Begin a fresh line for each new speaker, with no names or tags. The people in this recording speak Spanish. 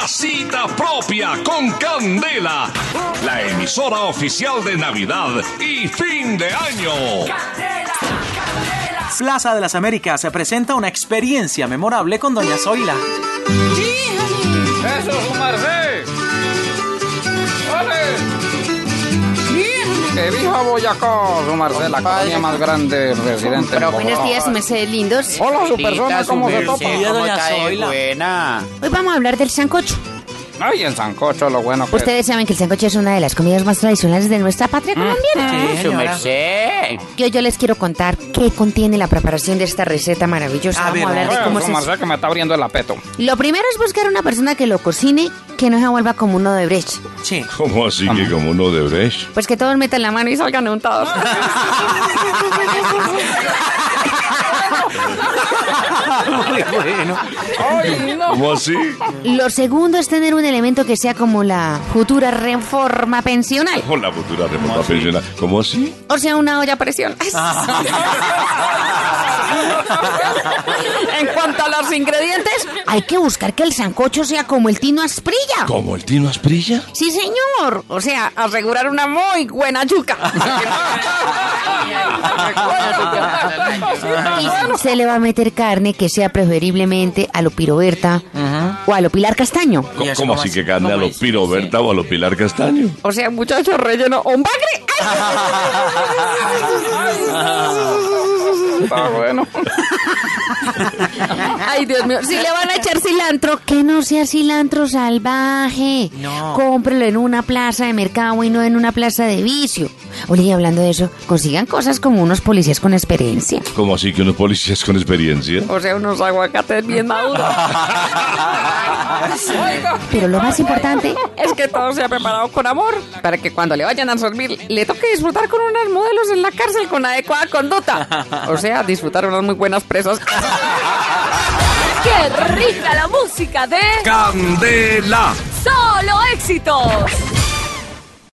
Casita propia con Candela, la emisora oficial de Navidad y fin de año.
Plaza de las Américas se presenta una experiencia memorable con Doña Zoila.
Eh,
¡Eso, sumarse! ¡Ole! ¡Que viva Boyacá, sumarse! La colonia más grande del residente.
Pero
en
buenos
Bogotá.
días, meses lindos.
Hola, su persona,
Tita,
¿cómo se
su
topa?
merced,
Doña
está de
Zoila?
buena?
Hoy vamos a hablar del sancocho.
Ay, en Sancocho, lo bueno que
Ustedes saben que el sancocho es una de las comidas más tradicionales de nuestra patria colombiana.
Sí,
Su
señora.
merced.
Yo, yo les quiero contar qué contiene la preparación de esta receta maravillosa.
A
vamos
ver,
a hablar
es.
de
Bueno,
cómo se
sumarse que me está abriendo el apeto.
Lo primero es buscar una persona que lo cocine, que no se vuelva como uno de Brecht.
Sí.
¿Cómo así que como uno de Brecht?
Pues que todos metan la mano y salgan untados.
Muy bueno.
¿Cómo así?
Lo segundo es tener un elemento que sea como la futura reforma pensional.
Con la futura remota pensional. ¿Cómo así?
O sea, una olla a presión. en cuanto a los ingredientes, hay que buscar que el sancocho sea como el tino asprilla.
¿Como el Tino Asprilla?
Sí, señor. O sea, asegurar una muy buena yuca. Y se le va a meter carne que sea preferiblemente a lo piroberta o a lo pilar castaño.
¿Y
¿Cómo,
eso
cómo
cómo
así
es?
que carne a
¿Cómo
lo
es?
Piro Berta o a lo Pilar Castaño?
O sea, muchachos, relleno o un bagre.
Está bueno.
Ay, Dios mío. Si le van a echar cilantro, que no sea cilantro salvaje.
No.
Cómprelo en una plaza de mercado y no en una plaza de vicio. Oye, y hablando de eso, consigan cosas como unos policías con experiencia.
¿Cómo así que unos policías con experiencia?
O sea, unos aguacates bien maduros. Pero lo más importante es que todo sea preparado con amor, para que cuando le vayan a servir le toque disfrutar con unos modelos en la cárcel con adecuada conducta. O sea, disfrutar unas muy buenas presas.
¡Qué rica la música de
Candela,
Solo Éxitos!